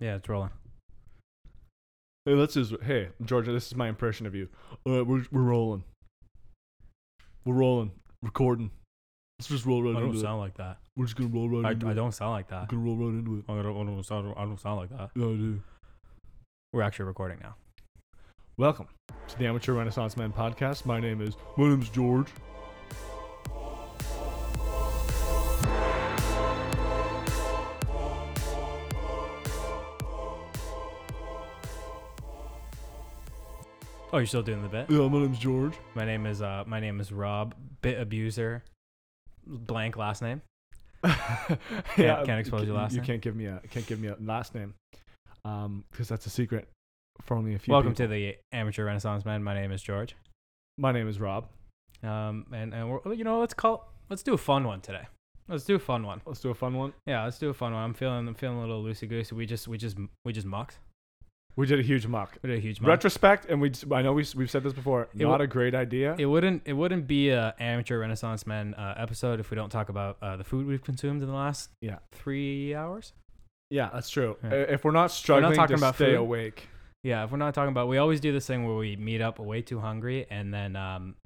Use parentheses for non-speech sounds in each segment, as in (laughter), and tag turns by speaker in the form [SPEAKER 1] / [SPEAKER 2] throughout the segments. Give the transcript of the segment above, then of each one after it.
[SPEAKER 1] Yeah, it's rolling.
[SPEAKER 2] Hey, let's just. Hey, Georgia, this is my impression of you. All right, we're we're rolling. We're rolling, recording. Let's just roll right
[SPEAKER 1] I don't
[SPEAKER 2] into it.
[SPEAKER 1] sound like that.
[SPEAKER 2] We're just gonna roll right
[SPEAKER 1] I,
[SPEAKER 2] into
[SPEAKER 1] I
[SPEAKER 2] it.
[SPEAKER 1] don't sound like
[SPEAKER 2] We're
[SPEAKER 1] that.
[SPEAKER 2] gonna roll right into it.
[SPEAKER 1] I don't, I don't sound, I don't sound like that.
[SPEAKER 2] Yeah, I do.
[SPEAKER 1] We're actually recording now.
[SPEAKER 2] Welcome to the Amateur Renaissance Man podcast. My name is my name's George.
[SPEAKER 1] Oh, you're still doing the bit.
[SPEAKER 2] Yeah, my name's George.
[SPEAKER 1] My name is uh, my name is Rob, bit abuser, blank last name.
[SPEAKER 2] yeah,
[SPEAKER 1] (laughs) can't expose your last
[SPEAKER 2] You
[SPEAKER 1] name.
[SPEAKER 2] can't give me a can't give me a last name, um, because that's a secret for only a few.
[SPEAKER 1] Welcome
[SPEAKER 2] people.
[SPEAKER 1] to the Amateur Renaissance Man. My name is George.
[SPEAKER 2] My name is Rob.
[SPEAKER 1] Um, and and we're, you know, let's call, let's do a fun one today. Let's do a fun one.
[SPEAKER 2] Let's do a fun one.
[SPEAKER 1] Yeah, let's do a fun one. I'm feeling, I'm feeling a little loosey goosey. We just, we just, we just mucked.
[SPEAKER 2] We did a huge mock.
[SPEAKER 1] We did a huge muck.
[SPEAKER 2] Retrospect, and we I know we, we've said this before.
[SPEAKER 1] It
[SPEAKER 2] not
[SPEAKER 1] wa-
[SPEAKER 2] a great idea.
[SPEAKER 1] It wouldn't it wouldn't be a amateur Renaissance man uh, episode if we don't talk about uh, the food we've consumed in the last
[SPEAKER 2] Yeah.
[SPEAKER 1] three hours.
[SPEAKER 2] yeah, that's true.
[SPEAKER 1] Yeah.
[SPEAKER 2] I- If we're not struggling
[SPEAKER 1] talking
[SPEAKER 2] to
[SPEAKER 1] about
[SPEAKER 2] stay
[SPEAKER 1] food.
[SPEAKER 2] awake,
[SPEAKER 1] Yeah, if we're not talking about, we always do this thing where we meet up way too hungry and then um,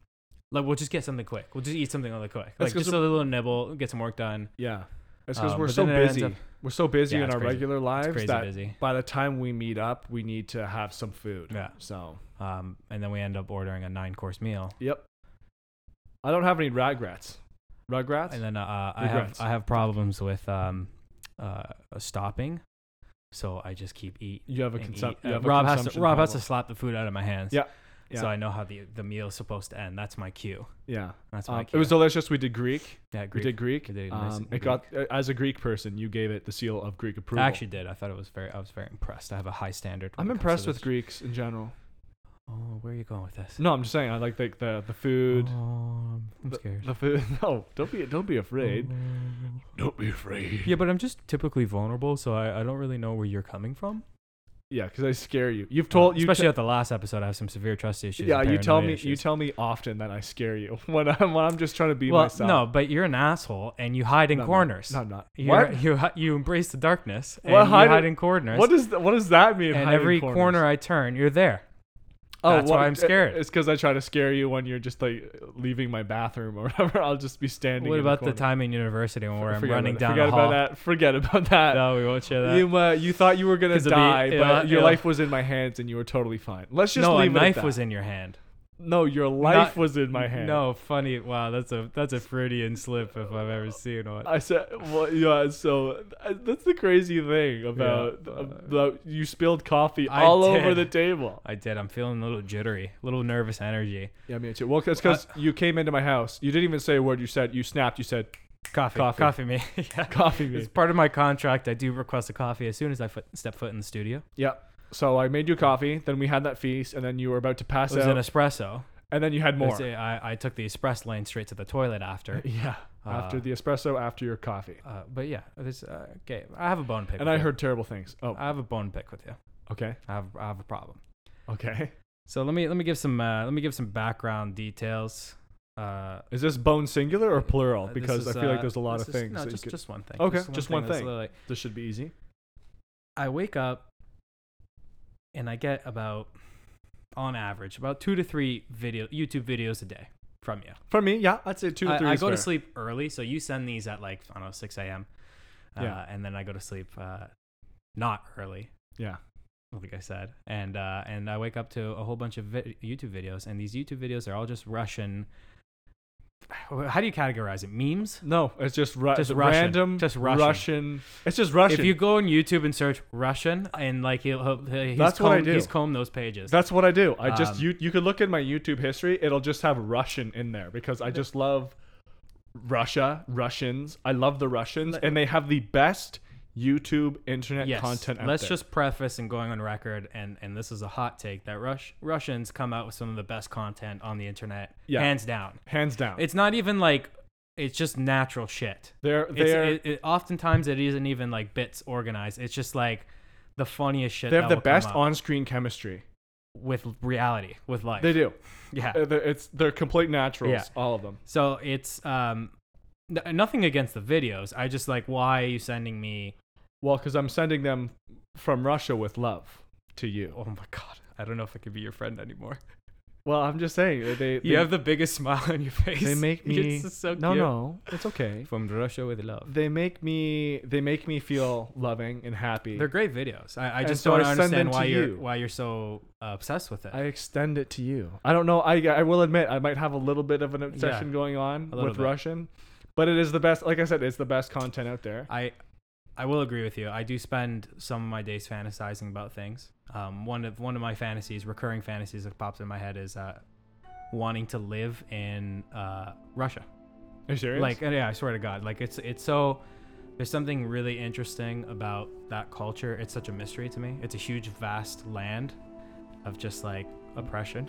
[SPEAKER 1] like we'll just get something quick. We'll just eat something really quick,
[SPEAKER 2] That's
[SPEAKER 1] like
[SPEAKER 2] 'cause
[SPEAKER 1] just a little nibble, get some work done.
[SPEAKER 2] yeah, it's because
[SPEAKER 1] Um,
[SPEAKER 2] we're
[SPEAKER 1] but
[SPEAKER 2] so
[SPEAKER 1] then it ends
[SPEAKER 2] busy.
[SPEAKER 1] up-
[SPEAKER 2] we're so busy
[SPEAKER 1] Yeah,
[SPEAKER 2] in
[SPEAKER 1] it's
[SPEAKER 2] our
[SPEAKER 1] crazy.
[SPEAKER 2] regular
[SPEAKER 1] It's
[SPEAKER 2] lives
[SPEAKER 1] crazy
[SPEAKER 2] that
[SPEAKER 1] busy.
[SPEAKER 2] by the time we meet up, we need to have some food.
[SPEAKER 1] Yeah,
[SPEAKER 2] So,
[SPEAKER 1] um, and then we end up ordering a nine course meal,
[SPEAKER 2] yep. I don't have any rugrats. Rugrats.
[SPEAKER 1] and then uh, I have
[SPEAKER 2] Regrets.
[SPEAKER 1] I have problems with um, uh, stopping, so I just keep eat
[SPEAKER 2] you have a
[SPEAKER 1] and
[SPEAKER 2] consumption.
[SPEAKER 1] eat. Uh, Rob has to Rob has to slap the food out of my hands.
[SPEAKER 2] Yeah, yeah.
[SPEAKER 1] So I know how the the meal is supposed to end. That's my cue.
[SPEAKER 2] Yeah,
[SPEAKER 1] That's my
[SPEAKER 2] um, it
[SPEAKER 1] cue.
[SPEAKER 2] was delicious. We did Greek.
[SPEAKER 1] yeah,
[SPEAKER 2] We did Greek.
[SPEAKER 1] We did a nice
[SPEAKER 2] um, it
[SPEAKER 1] Greek.
[SPEAKER 2] got as a Greek person, you gave it the seal of Greek approval.
[SPEAKER 1] I actually did. I thought it was very. I was very impressed. I have a high standard. when
[SPEAKER 2] I'm
[SPEAKER 1] it comes to
[SPEAKER 2] impressed
[SPEAKER 1] this.
[SPEAKER 2] with Greeks in general.
[SPEAKER 1] Oh, where are you going with this?
[SPEAKER 2] No, I'm just saying I like the the, the food.
[SPEAKER 1] Oh, I'm scared.
[SPEAKER 2] The food. (laughs) No, don't be don't be afraid.
[SPEAKER 1] Oh.
[SPEAKER 2] Don't be afraid.
[SPEAKER 1] Yeah, but I'm just typically vulnerable, so I, I don't really know where you're coming from.
[SPEAKER 2] Yeah, because I scare you. You've told
[SPEAKER 1] Uh,
[SPEAKER 2] you.
[SPEAKER 1] especially at the last episode, I have some severe trust issues.
[SPEAKER 2] yeah,
[SPEAKER 1] and
[SPEAKER 2] you tell
[SPEAKER 1] paranoia
[SPEAKER 2] me you
[SPEAKER 1] issues.
[SPEAKER 2] tell me often that I scare you (laughs) when I'm when I'm just trying to be
[SPEAKER 1] well,
[SPEAKER 2] myself.
[SPEAKER 1] no, but you're an asshole, and you hide in
[SPEAKER 2] No, I'm not.
[SPEAKER 1] corners.
[SPEAKER 2] No, I'm not.
[SPEAKER 1] You
[SPEAKER 2] What?
[SPEAKER 1] (laughs) you hi- you embrace the darkness and
[SPEAKER 2] What
[SPEAKER 1] you
[SPEAKER 2] hide-
[SPEAKER 1] hide, in corners.
[SPEAKER 2] What does th- what does that mean?
[SPEAKER 1] and
[SPEAKER 2] hiding
[SPEAKER 1] every
[SPEAKER 2] corners? Oh,
[SPEAKER 1] corner I turn, you're there. that's why
[SPEAKER 2] what-
[SPEAKER 1] I'm scared.
[SPEAKER 2] It's because I try to scare you when you're just like leaving my bathroom or (laughs) whatever. I'll just be standing.
[SPEAKER 1] What
[SPEAKER 2] in
[SPEAKER 1] about the
[SPEAKER 2] corner.
[SPEAKER 1] time in university when where I'm
[SPEAKER 2] Forget
[SPEAKER 1] running down
[SPEAKER 2] about That.
[SPEAKER 1] the
[SPEAKER 2] Forget
[SPEAKER 1] hall?
[SPEAKER 2] about that. Forget about that.
[SPEAKER 1] No, we won't share that.
[SPEAKER 2] You uh, you thought you were gonna
[SPEAKER 1] 'Cause it'll be-
[SPEAKER 2] die, but
[SPEAKER 1] it'll-
[SPEAKER 2] your
[SPEAKER 1] it'll-
[SPEAKER 2] life was in my hands and you were totally fine. Let's just
[SPEAKER 1] no,
[SPEAKER 2] leave
[SPEAKER 1] a
[SPEAKER 2] it at
[SPEAKER 1] knife
[SPEAKER 2] that.
[SPEAKER 1] was in your hand.
[SPEAKER 2] No, your
[SPEAKER 1] Not-
[SPEAKER 2] life was in my hand.
[SPEAKER 1] No, funny. Wow, that's a that's a Freudian slip if I've ever seen one.
[SPEAKER 2] I said, well, yeah. So uh, that's the crazy thing about uh,
[SPEAKER 1] Yeah.
[SPEAKER 2] about you spilled coffee
[SPEAKER 1] I
[SPEAKER 2] all over
[SPEAKER 1] did.
[SPEAKER 2] the table.
[SPEAKER 1] I did. I'm feeling a little jittery, a little nervous energy.
[SPEAKER 2] Yeah, me too. Well, that's because you came into my house. You didn't even say a word. You said you snapped. You
[SPEAKER 1] (laughs)
[SPEAKER 2] said
[SPEAKER 1] Coffee,
[SPEAKER 2] Coffee.
[SPEAKER 1] coffee, me. (laughs) yeah.
[SPEAKER 2] coffee.
[SPEAKER 1] It's
[SPEAKER 2] Me.
[SPEAKER 1] part of my contract. I do request a coffee as soon as I foot, step foot in the studio.
[SPEAKER 2] Yep. So I made you coffee. Then we had that feast, and then you were about to
[SPEAKER 1] It
[SPEAKER 2] pass
[SPEAKER 1] was
[SPEAKER 2] out,
[SPEAKER 1] an espresso.
[SPEAKER 2] and then you had more.
[SPEAKER 1] It's a- I, I took the express lane straight to the toilet after.
[SPEAKER 2] (laughs) Yeah. after
[SPEAKER 1] Uh,
[SPEAKER 2] the espresso, after your coffee,
[SPEAKER 1] Uh, but yeah, this uh, okay. I have a bone pick.
[SPEAKER 2] and
[SPEAKER 1] with
[SPEAKER 2] I
[SPEAKER 1] you.
[SPEAKER 2] heard terrible things. Oh,
[SPEAKER 1] I have a bone pick with you.
[SPEAKER 2] okay,
[SPEAKER 1] I have I have a problem.
[SPEAKER 2] okay.
[SPEAKER 1] So let me let me give some uh, let me give some background details. Uh,
[SPEAKER 2] Is this bone singular or plural?
[SPEAKER 1] this
[SPEAKER 2] Because
[SPEAKER 1] is,
[SPEAKER 2] I feel like
[SPEAKER 1] uh,
[SPEAKER 2] there's a lot
[SPEAKER 1] this
[SPEAKER 2] of
[SPEAKER 1] is-
[SPEAKER 2] things.
[SPEAKER 1] No,
[SPEAKER 2] that you
[SPEAKER 1] just
[SPEAKER 2] could-
[SPEAKER 1] just one thing.
[SPEAKER 2] Okay, just one
[SPEAKER 1] that's
[SPEAKER 2] thing.
[SPEAKER 1] literally-
[SPEAKER 2] this should be easy.
[SPEAKER 1] I wake up and I get about, on average, about two to three video YouTube videos a day from you.
[SPEAKER 2] For me, yeah, I'd say two to
[SPEAKER 1] I,
[SPEAKER 2] three.
[SPEAKER 1] I
[SPEAKER 2] is
[SPEAKER 1] go to
[SPEAKER 2] fair.
[SPEAKER 1] sleep early, so you send these at like I don't know six a.m. Uh,
[SPEAKER 2] Yeah.
[SPEAKER 1] and then I go to sleep uh, not early,
[SPEAKER 2] Yeah.
[SPEAKER 1] like I said, and uh, and I wake up to a whole bunch of vi- YouTube videos, and these YouTube videos are all just Russian. How do you categorize it? Memes.
[SPEAKER 2] No, it's just, Ru-
[SPEAKER 1] Just
[SPEAKER 2] the
[SPEAKER 1] Russian.
[SPEAKER 2] random
[SPEAKER 1] Just
[SPEAKER 2] Russian.
[SPEAKER 1] Russian.
[SPEAKER 2] It's just Russian.
[SPEAKER 1] If you go on YouTube and search Russian, and like he'll, he'll he's
[SPEAKER 2] That's
[SPEAKER 1] combed,
[SPEAKER 2] what I do.
[SPEAKER 1] He's combed those pages.
[SPEAKER 2] That's what I do. I just
[SPEAKER 1] Um,
[SPEAKER 2] you you could look at my YouTube history. It'll just have Russian in there because I just love Russia, Russians. I love the Russians, and they have the best YouTube internet
[SPEAKER 1] yes.
[SPEAKER 2] content. Out
[SPEAKER 1] Let's
[SPEAKER 2] there.
[SPEAKER 1] just preface and going on record, and and this is a hot take that Rush Russians come out with some of the best content on the internet,
[SPEAKER 2] Yeah.
[SPEAKER 1] hands down.
[SPEAKER 2] hands down.
[SPEAKER 1] It's not even like it's just natural shit.
[SPEAKER 2] they're
[SPEAKER 1] It's,
[SPEAKER 2] they're
[SPEAKER 1] it, it, oftentimes it isn't even like bits organized. It's just like the funniest shit.
[SPEAKER 2] they
[SPEAKER 1] that
[SPEAKER 2] have the
[SPEAKER 1] will come
[SPEAKER 2] best
[SPEAKER 1] up
[SPEAKER 2] on-screen chemistry.
[SPEAKER 1] with reality, with life.
[SPEAKER 2] They do.
[SPEAKER 1] yeah.
[SPEAKER 2] Uh, they're- It's they're complete naturals.
[SPEAKER 1] Yeah.
[SPEAKER 2] All of them.
[SPEAKER 1] So it's um, n- nothing against the videos. I just like why are you sending me
[SPEAKER 2] Well, because I'm sending them from Russia with love to you.
[SPEAKER 1] Oh my god. I don't know if I could be your friend anymore.
[SPEAKER 2] Well, I'm just saying that they.
[SPEAKER 1] You
[SPEAKER 2] they-
[SPEAKER 1] have the biggest (laughs) smile on your face.
[SPEAKER 2] They (laughs) make me-
[SPEAKER 1] It's so
[SPEAKER 2] no,
[SPEAKER 1] cute.
[SPEAKER 2] no, it's okay.
[SPEAKER 1] From Russia with love.
[SPEAKER 2] They make me. They make me feel loving and happy.
[SPEAKER 1] They're great videos. I, I
[SPEAKER 2] And
[SPEAKER 1] just
[SPEAKER 2] so
[SPEAKER 1] don't
[SPEAKER 2] I send them
[SPEAKER 1] understand
[SPEAKER 2] to
[SPEAKER 1] why you're
[SPEAKER 2] you.
[SPEAKER 1] why you're so uh, obsessed with it.
[SPEAKER 2] I extend it to you. I don't know. I I will admit I might have a little bit of an obsession going on
[SPEAKER 1] a little
[SPEAKER 2] with
[SPEAKER 1] bit.
[SPEAKER 2] Russian, but it is the best. Like I said, it's the best content out there.
[SPEAKER 1] I I will agree with you. I do spend some of my days fantasizing about things. Um, one of one of my fantasies, recurring fantasies that pops in my head is uh, wanting to live in uh, Russia.
[SPEAKER 2] Are you serious?
[SPEAKER 1] Like uh, yeah, I swear to God, like it's it's so there's something really interesting about that culture. It's such a mystery to me. It's a huge, vast land of just like oppression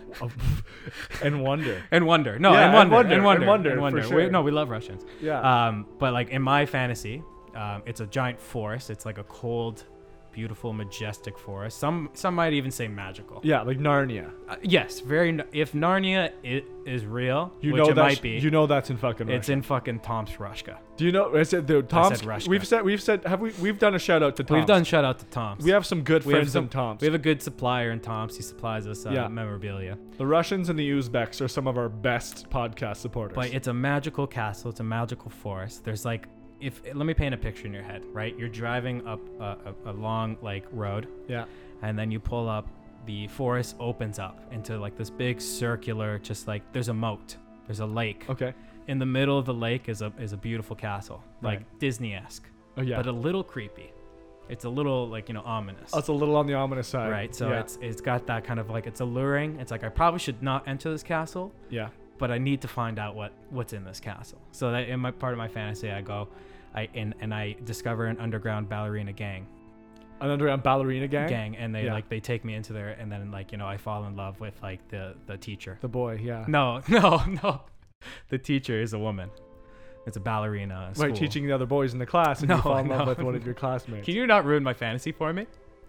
[SPEAKER 2] (laughs) and wonder.
[SPEAKER 1] and wonder. No,
[SPEAKER 2] Yeah,
[SPEAKER 1] and,
[SPEAKER 2] and
[SPEAKER 1] wonder,
[SPEAKER 2] wonder,
[SPEAKER 1] and
[SPEAKER 2] and
[SPEAKER 1] wonder,
[SPEAKER 2] wonder,
[SPEAKER 1] and
[SPEAKER 2] for
[SPEAKER 1] wonder. We,
[SPEAKER 2] sure.
[SPEAKER 1] no, we love Russians.
[SPEAKER 2] Yeah.
[SPEAKER 1] Um, but like in my fantasy, um, it's a giant forest. It's like a cold, beautiful, majestic forest. Some some might even say magical.
[SPEAKER 2] yeah, like Narnia.
[SPEAKER 1] Uh, yes, very. n- If Narnia i- is real,
[SPEAKER 2] You
[SPEAKER 1] which
[SPEAKER 2] know
[SPEAKER 1] it
[SPEAKER 2] that's
[SPEAKER 1] might be,
[SPEAKER 2] you know that's in fucking.
[SPEAKER 1] it's
[SPEAKER 2] Russia.
[SPEAKER 1] in fucking Tomsk Rushka.
[SPEAKER 2] Do you know? I said the Tomsk.
[SPEAKER 1] Russia.
[SPEAKER 2] we've said we've said have we we've done a shout out to Tomsk.
[SPEAKER 1] We've done shout out to Tomsk.
[SPEAKER 2] We have some good
[SPEAKER 1] We
[SPEAKER 2] friends
[SPEAKER 1] some-
[SPEAKER 2] in Tomsk.
[SPEAKER 1] We have a good supplier in Tomsk. He supplies us uh,
[SPEAKER 2] Yeah.
[SPEAKER 1] memorabilia.
[SPEAKER 2] the Russians and the Uzbeks are some of our best podcast supporters.
[SPEAKER 1] But it's a magical castle. It's a magical forest. There's like, if let me paint a picture in your head, right? You're driving up a, a, a long like road,
[SPEAKER 2] yeah.
[SPEAKER 1] and then you pull up. The forest opens up into like this big circular, just like there's a moat. There's a lake.
[SPEAKER 2] Okay.
[SPEAKER 1] In the middle of the lake is a is a beautiful castle, like
[SPEAKER 2] Right.
[SPEAKER 1] Disney esque,
[SPEAKER 2] Oh yeah.
[SPEAKER 1] but a little creepy. It's a little like you know ominous.
[SPEAKER 2] Oh, it's a little on the ominous side.
[SPEAKER 1] right so
[SPEAKER 2] yeah.
[SPEAKER 1] it's it's got that kind of like it's alluring it's like i probably should not enter this castle
[SPEAKER 2] yeah.
[SPEAKER 1] but i need to find out what what's in this castle so that in my part of my fantasy i go i and, and i discover an underground ballerina gang
[SPEAKER 2] An underground ballerina gang.
[SPEAKER 1] gang and they
[SPEAKER 2] Yeah.
[SPEAKER 1] like they take me into there and then like you know i fall in love with like the the teacher
[SPEAKER 2] The boy. Yeah.
[SPEAKER 1] (laughs) no no no the teacher is a woman it's a ballerina at
[SPEAKER 2] Right,
[SPEAKER 1] school.
[SPEAKER 2] teaching the other boys in the class, and
[SPEAKER 1] No,
[SPEAKER 2] you fall in love
[SPEAKER 1] no,
[SPEAKER 2] with one of your classmates. Oh,
[SPEAKER 1] can you not ruin my fantasy for me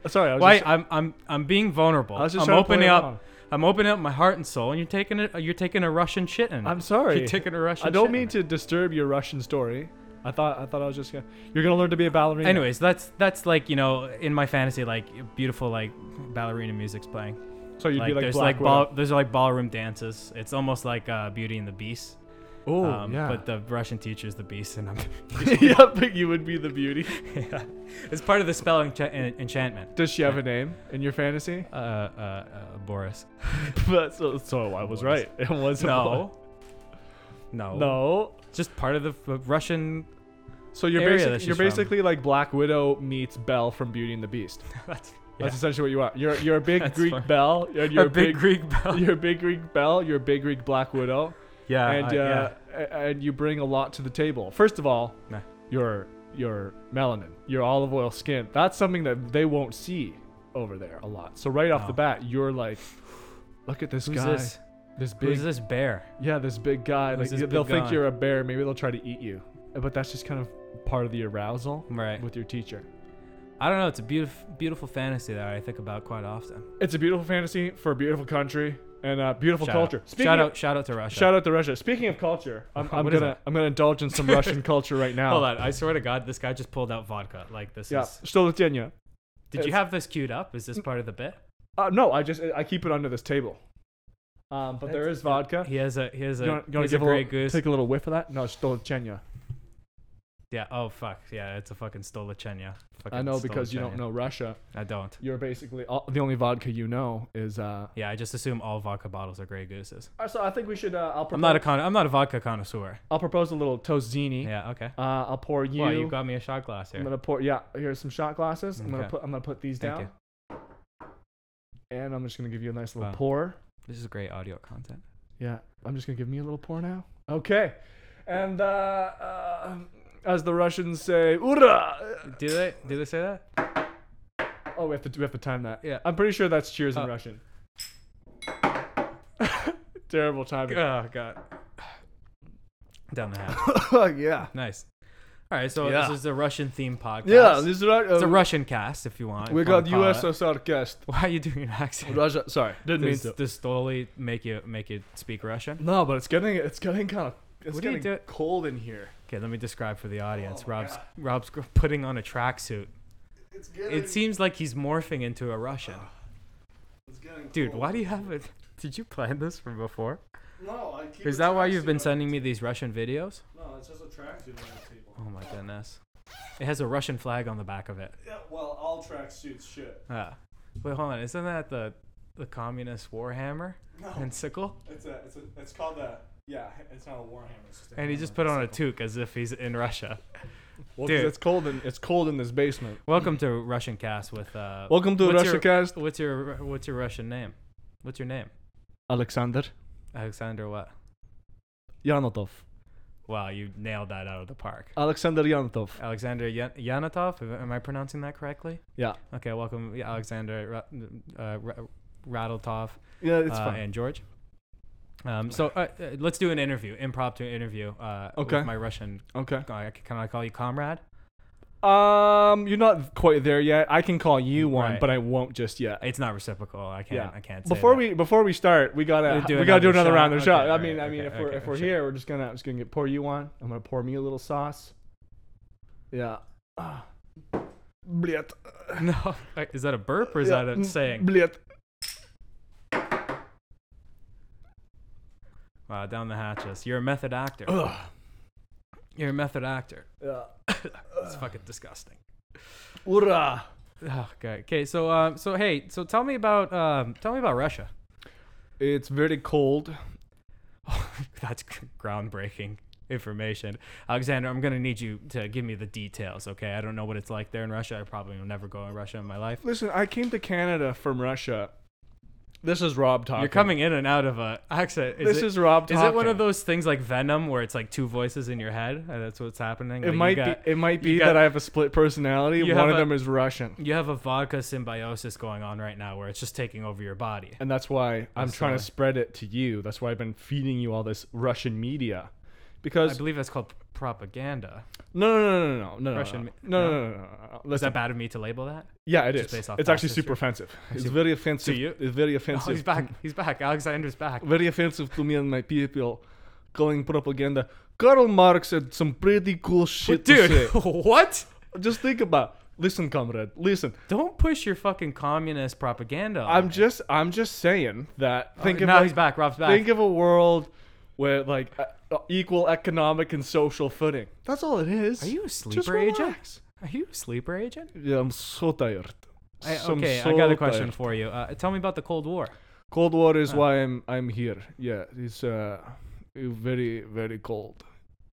[SPEAKER 2] Sorry, I was
[SPEAKER 1] Why
[SPEAKER 2] just,
[SPEAKER 1] I'm I'm I'm being vulnerable.
[SPEAKER 2] I was just
[SPEAKER 1] I'm
[SPEAKER 2] trying to play
[SPEAKER 1] opening up.
[SPEAKER 2] along.
[SPEAKER 1] I'm opening up my heart and soul, and you're taking it. You're taking a Russian shit in. it.
[SPEAKER 2] I'm
[SPEAKER 1] (laughs)
[SPEAKER 2] sorry.
[SPEAKER 1] You're taking a Russian.
[SPEAKER 2] I don't
[SPEAKER 1] shit in
[SPEAKER 2] mean
[SPEAKER 1] it.
[SPEAKER 2] to disturb your Russian story. I thought I thought I was just gonna. You're gonna learn to be a ballerina.
[SPEAKER 1] Anyways, that's that's like you know in my fantasy like beautiful like ballerina music's playing.
[SPEAKER 2] so you'd
[SPEAKER 1] like,
[SPEAKER 2] be like
[SPEAKER 1] there's
[SPEAKER 2] Black
[SPEAKER 1] like ball, there's like ballroom dances. It's almost like uh, Beauty and the Beast.
[SPEAKER 2] Oh
[SPEAKER 1] um,
[SPEAKER 2] yeah.
[SPEAKER 1] But the Russian teacher's the Beast, and I'm.
[SPEAKER 2] (laughs) yeah, but you would be the beauty.
[SPEAKER 1] (laughs) yeah. It's part of the spell encha- en- enchantment.
[SPEAKER 2] Does she have a name in your fantasy?
[SPEAKER 1] Uh, uh, uh,
[SPEAKER 2] (laughs)
[SPEAKER 1] Boris. (laughs)
[SPEAKER 2] but so, so I was right. It was a
[SPEAKER 1] No. No.
[SPEAKER 2] boy. No.
[SPEAKER 1] Just part of the f- Russian. (laughs)
[SPEAKER 2] So you're
[SPEAKER 1] Area that
[SPEAKER 2] basically
[SPEAKER 1] she's
[SPEAKER 2] you're
[SPEAKER 1] from.
[SPEAKER 2] basically like Black Widow meets Belle from Beauty and
[SPEAKER 1] (laughs)
[SPEAKER 2] the Beast.
[SPEAKER 1] that's
[SPEAKER 2] That's essentially what you are. You're you're a
[SPEAKER 1] (laughs)
[SPEAKER 2] big
[SPEAKER 1] That's
[SPEAKER 2] Greek
[SPEAKER 1] fine.
[SPEAKER 2] Belle. and You're
[SPEAKER 1] a big,
[SPEAKER 2] (laughs)
[SPEAKER 1] Greek bell.
[SPEAKER 2] You're a big Greek Belle. You're a big Greek Black Widow.
[SPEAKER 1] Yeah.
[SPEAKER 2] and
[SPEAKER 1] I-
[SPEAKER 2] uh,
[SPEAKER 1] yeah.
[SPEAKER 2] a- and you bring a lot to the table. First of all,
[SPEAKER 1] Nah.
[SPEAKER 2] your your melanin, your olive oil skin. That's something that they won't see over there a lot. So right off
[SPEAKER 1] No.
[SPEAKER 2] the bat, you're like, look at this
[SPEAKER 1] Who's
[SPEAKER 2] guy,
[SPEAKER 1] this?
[SPEAKER 2] this
[SPEAKER 1] Who's
[SPEAKER 2] big,
[SPEAKER 1] this bear?
[SPEAKER 2] yeah, this big guy.
[SPEAKER 1] Who's
[SPEAKER 2] Like,
[SPEAKER 1] this
[SPEAKER 2] y- they'll
[SPEAKER 1] big
[SPEAKER 2] think
[SPEAKER 1] guy?
[SPEAKER 2] you're a bear. Maybe they'll try to eat you. But that's just kind of part of the arousal
[SPEAKER 1] Right.
[SPEAKER 2] with your teacher.
[SPEAKER 1] I don't know. It's a beautiful, beautiful fantasy that I think about quite often.
[SPEAKER 2] It's a beautiful fantasy for a beautiful country and a beautiful
[SPEAKER 1] Shout
[SPEAKER 2] culture.
[SPEAKER 1] Out.
[SPEAKER 2] Speaking
[SPEAKER 1] Shout
[SPEAKER 2] of-
[SPEAKER 1] out, shout out to Russia.
[SPEAKER 2] Shout out to Russia. Speaking of culture, I'm, I'm
[SPEAKER 1] What is
[SPEAKER 2] gonna
[SPEAKER 1] that?
[SPEAKER 2] I'm gonna indulge
[SPEAKER 1] (laughs)
[SPEAKER 2] in some Russian culture right now.
[SPEAKER 1] Hold on. I swear to God, this guy just pulled out vodka. Like this
[SPEAKER 2] Yeah.
[SPEAKER 1] is.
[SPEAKER 2] Что латенья?
[SPEAKER 1] Did you
[SPEAKER 2] It's-
[SPEAKER 1] have this queued up? Is this part of the bit?
[SPEAKER 2] Uh, no, I just I keep it under this table. Um, but there is vodka.
[SPEAKER 1] He has a. He has a.
[SPEAKER 2] You wanna- you
[SPEAKER 1] he
[SPEAKER 2] wanna
[SPEAKER 1] has a
[SPEAKER 2] give a
[SPEAKER 1] gray
[SPEAKER 2] little-
[SPEAKER 1] goose.
[SPEAKER 2] Take a little whiff of that. No, it's Stolchenya.
[SPEAKER 1] yeah. Oh fuck. Yeah. It's a fucking Stolichenya. Fucking
[SPEAKER 2] I know because you don't
[SPEAKER 1] Stolichenya.
[SPEAKER 2] know Russia.
[SPEAKER 1] I don't.
[SPEAKER 2] You're basically all, the only vodka you know is. Uh,
[SPEAKER 1] Yeah. I just assume all vodka bottles are gray gooses.
[SPEAKER 2] uh, so I think we should. Uh, I'll propose,
[SPEAKER 1] I'm not a con. I'm not a vodka connoisseur.
[SPEAKER 2] I'll propose a little tozini.
[SPEAKER 1] Yeah. Okay.
[SPEAKER 2] Uh, I'll pour you.
[SPEAKER 1] Well, you got me a shot glass
[SPEAKER 2] I'm
[SPEAKER 1] here.
[SPEAKER 2] gonna pour. Yeah, here's some shot glasses. I'm gonna
[SPEAKER 1] Okay.
[SPEAKER 2] put. I'm gonna put these
[SPEAKER 1] Thank
[SPEAKER 2] down.
[SPEAKER 1] you.
[SPEAKER 2] And I'm just gonna give you a nice little
[SPEAKER 1] Wow.
[SPEAKER 2] pour.
[SPEAKER 1] This is great audio content.
[SPEAKER 2] Yeah, I'm just gonna give me a little pour now. Okay, and uh, uh, as the Russians say, "Ura!"
[SPEAKER 1] Do they? Do they say that?
[SPEAKER 2] Oh, we have to we have to time that.
[SPEAKER 1] Yeah.
[SPEAKER 2] I'm pretty sure that's cheers
[SPEAKER 1] Oh.
[SPEAKER 2] in Russian. (laughs) Terrible timing.
[SPEAKER 1] Oh god. Down the hatch.
[SPEAKER 2] (laughs) yeah.
[SPEAKER 1] nice. All right, so
[SPEAKER 2] Yeah.
[SPEAKER 1] this is a Russian themed podcast.
[SPEAKER 2] Yeah, this is right. uh,
[SPEAKER 1] it's a Russian cast if you want.
[SPEAKER 2] we
[SPEAKER 1] if you wanna
[SPEAKER 2] got
[SPEAKER 1] call it.
[SPEAKER 2] USSR guest.
[SPEAKER 1] (laughs) Why are you doing an accent?
[SPEAKER 2] Russia. Sorry, didn't mean
[SPEAKER 1] Does,
[SPEAKER 2] to.
[SPEAKER 1] does Stoli make you make you speak Russian?
[SPEAKER 2] No, but it's getting it's getting kind of it's
[SPEAKER 1] What do you
[SPEAKER 2] getting
[SPEAKER 1] do-
[SPEAKER 2] cold in here.
[SPEAKER 1] Okay, let me describe for the audience.
[SPEAKER 2] Oh my
[SPEAKER 1] Rob's Rob's gr- putting on a tracksuit
[SPEAKER 3] It's getting. Ah.
[SPEAKER 1] It seems like he's morphing into a Russian.
[SPEAKER 3] It's getting
[SPEAKER 1] Dude,
[SPEAKER 3] cold.
[SPEAKER 1] why do you have it? (laughs) Did you plan this from before?
[SPEAKER 3] No, I keep.
[SPEAKER 1] Is that why you've been sending me these Russian videos?
[SPEAKER 3] No, it's just a tracksuit on the table.
[SPEAKER 1] Oh my goodness. It has a Russian flag on the back of it.
[SPEAKER 3] Yeah, well, all tracksuits should.
[SPEAKER 1] Uh, wait, hold on. Isn't that the the communist war hammer
[SPEAKER 3] No,
[SPEAKER 2] Oh.
[SPEAKER 1] and sickle?
[SPEAKER 3] it's a, it's a, it's called a. Yeah, it's not a warhammer. It's just a
[SPEAKER 1] And he just put on a toque as if he's in Russia.
[SPEAKER 2] Well, 'cause
[SPEAKER 1] Dude.
[SPEAKER 2] it's cold in it's cold in this basement.
[SPEAKER 1] Welcome to Russian Cast with uh.
[SPEAKER 2] Welcome to
[SPEAKER 1] what's
[SPEAKER 2] Russia
[SPEAKER 1] your-
[SPEAKER 2] Cast,
[SPEAKER 1] What's your What's your Russian name? What's your name?
[SPEAKER 2] Alexander
[SPEAKER 1] Alexander what?
[SPEAKER 2] Yanotov.
[SPEAKER 1] Wow, you nailed that out of the park.
[SPEAKER 2] Alexander Yanotov.
[SPEAKER 1] Alexander Yan- Yanatov. Am I pronouncing that correctly?
[SPEAKER 2] Yeah,
[SPEAKER 1] Okay, welcome yeah, Alexander Ra- uh, Ra- Rattletov
[SPEAKER 2] yeah, it's
[SPEAKER 1] uh,
[SPEAKER 2] fine.
[SPEAKER 1] and George. Um, so uh, uh, let's do an interview, impromptu interview. Uh,
[SPEAKER 2] Okay.
[SPEAKER 1] With my Russian,
[SPEAKER 2] okay.
[SPEAKER 1] guy. can I call you comrade?
[SPEAKER 2] Um, you're not quite there yet. I can call you one,
[SPEAKER 1] Right.
[SPEAKER 2] but I won't just yet.
[SPEAKER 1] It's not reciprocal. I can't. I can't. Say
[SPEAKER 2] Before
[SPEAKER 1] that.
[SPEAKER 2] we before we start, we gotta
[SPEAKER 1] Do
[SPEAKER 2] we gotta do
[SPEAKER 1] another
[SPEAKER 2] another round of
[SPEAKER 1] shot?
[SPEAKER 2] shot.
[SPEAKER 1] Okay,
[SPEAKER 2] I mean,
[SPEAKER 1] alright,
[SPEAKER 2] I mean,
[SPEAKER 1] okay,
[SPEAKER 2] if we're
[SPEAKER 1] okay,
[SPEAKER 2] if we're
[SPEAKER 1] sure.
[SPEAKER 2] here, we're just gonna I'm just gonna get pour you one. I'm gonna pour me a little sauce. Yeah. Ah. Blit.
[SPEAKER 1] (laughs) no, Like, is that a burp or is
[SPEAKER 2] Yeah.
[SPEAKER 1] that a saying?
[SPEAKER 2] Blit.
[SPEAKER 1] Wow, Uh, down the hatches. You're a method actor.
[SPEAKER 2] Ugh.
[SPEAKER 1] You're a method actor.
[SPEAKER 2] Yeah.
[SPEAKER 1] It's fucking disgusting.
[SPEAKER 2] Ura.
[SPEAKER 1] Oh, okay. Okay. So, um, so hey, so tell me about, um, tell me about Russia. (laughs)
[SPEAKER 2] It's very cold.
[SPEAKER 1] That's g- groundbreaking information. Alexander, I'm going to need you to give me the details, okay? I don't know what it's like there in Russia. I probably will never go in Russia in my life.
[SPEAKER 2] Listen, I came to Canada from Russia. This is Rob talking.
[SPEAKER 1] You're coming in and out of a accent. Is
[SPEAKER 2] This
[SPEAKER 1] it,
[SPEAKER 2] is Rob
[SPEAKER 1] Is
[SPEAKER 2] talking.
[SPEAKER 1] it one of those things like Venom where it's like two voices in your head and that's what's happening? Like,
[SPEAKER 2] It
[SPEAKER 1] you
[SPEAKER 2] might
[SPEAKER 1] got-
[SPEAKER 2] be. It might
[SPEAKER 1] you
[SPEAKER 2] be
[SPEAKER 1] got-
[SPEAKER 2] that I have a split personality.
[SPEAKER 1] You
[SPEAKER 2] One
[SPEAKER 1] have
[SPEAKER 2] of
[SPEAKER 1] a-
[SPEAKER 2] them is Russian,
[SPEAKER 1] You have a vodka symbiosis going on right now where it's just taking over your body.
[SPEAKER 2] and that's why I'm
[SPEAKER 1] That's
[SPEAKER 2] trying
[SPEAKER 1] why.
[SPEAKER 2] to spread it to you. That's why I've been feeding you all this Russian
[SPEAKER 1] I
[SPEAKER 2] media, because
[SPEAKER 1] believe that's called propaganda.
[SPEAKER 2] no, no, no, no, no, no, no,
[SPEAKER 1] Russian
[SPEAKER 2] no,
[SPEAKER 1] me-
[SPEAKER 2] no, no, no, no, no, no.
[SPEAKER 1] Is that
[SPEAKER 2] Listen,
[SPEAKER 1] bad of me to label that?
[SPEAKER 2] yeah, it
[SPEAKER 1] just
[SPEAKER 2] is.
[SPEAKER 1] based off
[SPEAKER 2] It's actually
[SPEAKER 1] past
[SPEAKER 2] super
[SPEAKER 1] history?
[SPEAKER 2] offensive. It's very offensive.
[SPEAKER 1] you?
[SPEAKER 2] It's
[SPEAKER 1] (laughs)
[SPEAKER 2] very
[SPEAKER 1] Oh,
[SPEAKER 2] offensive.
[SPEAKER 1] he's back. He's back. Alexander's back.
[SPEAKER 2] Very offensive to me and my people, calling propaganda. Karl Marx had some pretty cool shit to say.
[SPEAKER 1] (laughs) Dude, what?
[SPEAKER 2] Just think about. Listen, comrade. Listen.
[SPEAKER 1] Don't push your fucking communist propaganda. on
[SPEAKER 2] I'm
[SPEAKER 1] me.
[SPEAKER 2] just. I'm just saying that. Think
[SPEAKER 1] now
[SPEAKER 2] about-
[SPEAKER 1] he's back. Rob's back.
[SPEAKER 2] Think of a world where like uh, equal economic and social footing. That's all it is.
[SPEAKER 1] Are you a
[SPEAKER 2] Just
[SPEAKER 1] sleeper agent?
[SPEAKER 2] relax.
[SPEAKER 1] Are you a sleeper agent?
[SPEAKER 2] Yeah, I'm so tired.
[SPEAKER 1] I,
[SPEAKER 2] I'm
[SPEAKER 1] okay, I
[SPEAKER 2] so
[SPEAKER 1] got a question Uh.
[SPEAKER 2] tired.
[SPEAKER 1] for you. Uh, tell me about the Cold War.
[SPEAKER 2] Cold War is why I'm I'm here. Yeah, it's uh very very cold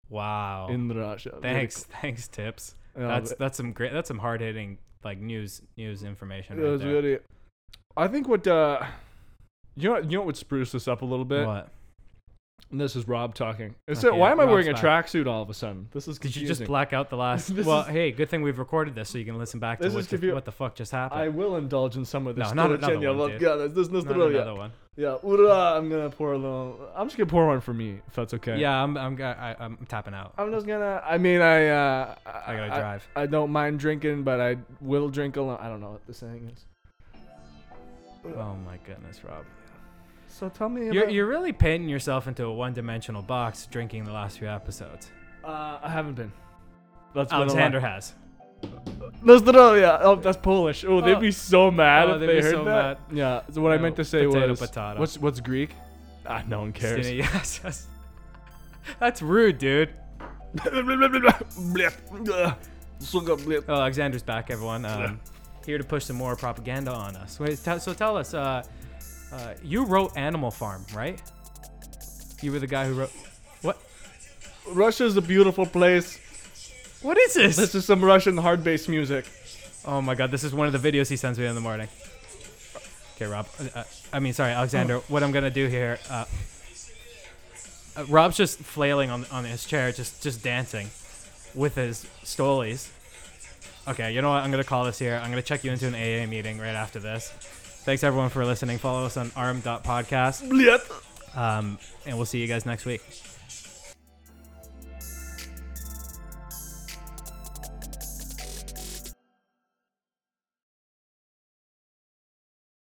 [SPEAKER 1] Wow.
[SPEAKER 2] in Russia. Very
[SPEAKER 1] Oh. thanks, (laughs) thanks, tips.
[SPEAKER 2] Yeah,
[SPEAKER 1] that's
[SPEAKER 2] but-
[SPEAKER 1] that's some great. That's some hard hitting like news news information.
[SPEAKER 2] cold. It
[SPEAKER 1] Right
[SPEAKER 2] was
[SPEAKER 1] there.
[SPEAKER 2] very. I think what uh, you know you know what would spruce this up a little bit.
[SPEAKER 1] What
[SPEAKER 2] And this is Rob talking. Is
[SPEAKER 1] Okay,
[SPEAKER 2] it, why am I
[SPEAKER 1] Rob's
[SPEAKER 2] wearing a
[SPEAKER 1] back.
[SPEAKER 2] tracksuit all of a sudden? This is
[SPEAKER 1] did
[SPEAKER 2] confusing.
[SPEAKER 1] you just black
[SPEAKER 2] (laughs)
[SPEAKER 1] out the last?
[SPEAKER 2] This
[SPEAKER 1] well,
[SPEAKER 2] is-
[SPEAKER 1] hey, good thing we've recorded this so you can listen back to
[SPEAKER 2] This
[SPEAKER 1] what
[SPEAKER 2] is
[SPEAKER 1] the,
[SPEAKER 2] confu-
[SPEAKER 1] what the fuck just happened.
[SPEAKER 2] I will indulge in some of this.
[SPEAKER 1] No, not another
[SPEAKER 2] Turchenia
[SPEAKER 1] one, dude.
[SPEAKER 2] vodka. This- this
[SPEAKER 1] Not
[SPEAKER 2] Australia.
[SPEAKER 1] another one.
[SPEAKER 2] Yeah, ura, I'm gonna pour a little. I'm just gonna pour one for me, if that's okay.
[SPEAKER 1] Yeah, I'm I'm I, I'm tapping out.
[SPEAKER 2] I'm just gonna. I mean, I. Uh,
[SPEAKER 1] Oh, I gotta drive.
[SPEAKER 2] I, don't mind drinking, but I will drink alone. I don't know what the saying is.
[SPEAKER 1] Oh my goodness, Rob.
[SPEAKER 2] So tell me.
[SPEAKER 1] You're,
[SPEAKER 2] about,
[SPEAKER 1] you're really painting yourself into a one dimensional box drinking the last few episodes.
[SPEAKER 2] Uh, I haven't been. That's
[SPEAKER 1] Alexander has.
[SPEAKER 2] Australia. Oh, that's Polish. Oh,
[SPEAKER 1] Oh.
[SPEAKER 2] they'd be so mad
[SPEAKER 1] Oh,
[SPEAKER 2] if
[SPEAKER 1] they'd
[SPEAKER 2] they
[SPEAKER 1] be
[SPEAKER 2] heard
[SPEAKER 1] so
[SPEAKER 2] that. Yeah. So what I
[SPEAKER 1] No,
[SPEAKER 2] meant to say
[SPEAKER 1] potato,
[SPEAKER 2] was.
[SPEAKER 1] potato.
[SPEAKER 2] What's what's Greek? Ah, no one cares. (laughs)
[SPEAKER 1] Skinny- (laughs) yes, yes. That's rude, dude. Oh, Alexander's back, everyone. Um, here to push some more propaganda on us. Wait, t- so tell us, uh, uh, you wrote Animal Farm, right? You were the guy who wrote. What?
[SPEAKER 2] Russia's a beautiful place.
[SPEAKER 1] What is this?
[SPEAKER 2] This is some Russian hard bass music.
[SPEAKER 1] oh my god, this is one of the videos he sends me in the morning. Okay, Rob. Uh, I mean, sorry, Alexander. What I'm gonna do here? Uh, uh, Rob's just flailing on on his chair, just just dancing with his stolies. Okay, you know what? I'm gonna call this here. I'm gonna check you into an AA meeting right after this. Thanks everyone for listening. Follow us on arm.podcast.
[SPEAKER 2] Blit.
[SPEAKER 1] Um, and we'll see you guys next week.